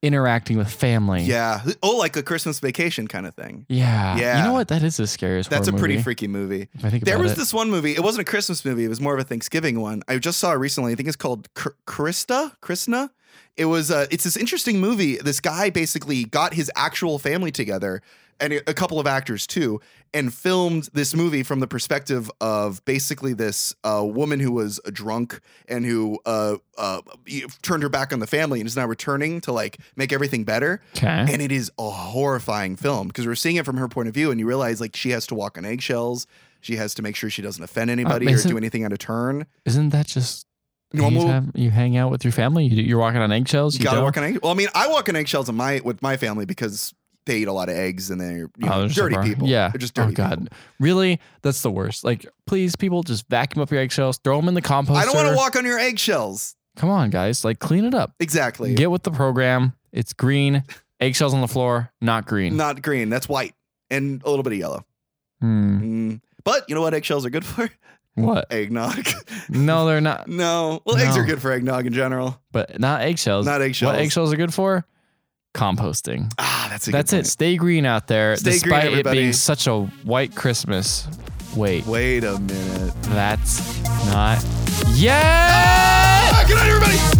Speaker 1: interacting with family.
Speaker 2: Yeah. Oh, like a Christmas vacation kind of thing.
Speaker 1: Yeah. You
Speaker 2: Yeah.
Speaker 1: know what? That is the scariest
Speaker 2: That's a
Speaker 1: horror
Speaker 2: pretty
Speaker 1: movie,
Speaker 2: freaky movie.
Speaker 1: if I think
Speaker 2: There
Speaker 1: about
Speaker 2: was
Speaker 1: it.
Speaker 2: this one movie. It wasn't a Christmas movie. It was more of a Thanksgiving one. I just saw it recently. I think it's called Kr- Krista. Krishna. It was. Uh, it's this interesting movie. This guy basically got his actual family together and a a couple of actors too, and filmed this movie from the perspective of basically this uh, woman who was a drunk and who uh, uh, turned her back on the family and is now returning to like make everything better.
Speaker 1: Okay.
Speaker 2: And it is a horrifying film because we're seeing it from her point of view, and you realize like she has to walk on eggshells. She has to make sure she doesn't
Speaker 1: Oh,
Speaker 2: offend anybody or
Speaker 1: isn't-
Speaker 2: do anything out of turn.
Speaker 1: Isn't that just
Speaker 2: Normal-
Speaker 1: anytime you hang out with your family? You, you're walking on eggshells.
Speaker 2: You,
Speaker 1: You
Speaker 2: gotta
Speaker 1: don't?
Speaker 2: walk on eggshells. Well, I mean, I walk on eggshells in my with my family because they eat a lot of eggs and they're you know,
Speaker 1: Oh, they're so
Speaker 2: dirty
Speaker 1: far.
Speaker 2: people.
Speaker 1: Yeah.
Speaker 2: they're just
Speaker 1: oh
Speaker 2: dirty.
Speaker 1: god,
Speaker 2: people.
Speaker 1: really? That's the worst. Like, please, people, just vacuum up your eggshells, throw them in the composter.
Speaker 2: I don't want to walk on your eggshells.
Speaker 1: Come on, guys, like clean it up.
Speaker 2: Exactly.
Speaker 1: Get with the program. It's green. Eggshells on the floor, not green.
Speaker 2: Not green. That's white and a little bit of yellow.
Speaker 1: Hmm.
Speaker 2: Mm. But you know what eggshells are good for? *laughs*
Speaker 1: What?
Speaker 2: Eggnog. *laughs*
Speaker 1: No, they're not.
Speaker 2: no. Well, eggs
Speaker 1: No.
Speaker 2: are good for eggnog in general.
Speaker 1: But not eggshells.
Speaker 2: Not eggshells.
Speaker 1: What eggshells are good for? Composting.
Speaker 2: Ah, that's a good
Speaker 1: That's it.
Speaker 2: point.
Speaker 1: Stay green out there,
Speaker 2: Stay green,
Speaker 1: despite it
Speaker 2: everybody.
Speaker 1: being such a white Christmas. Wait,
Speaker 2: Wait a minute.
Speaker 1: that's not. Yeah.
Speaker 2: Ah, Good night, everybody.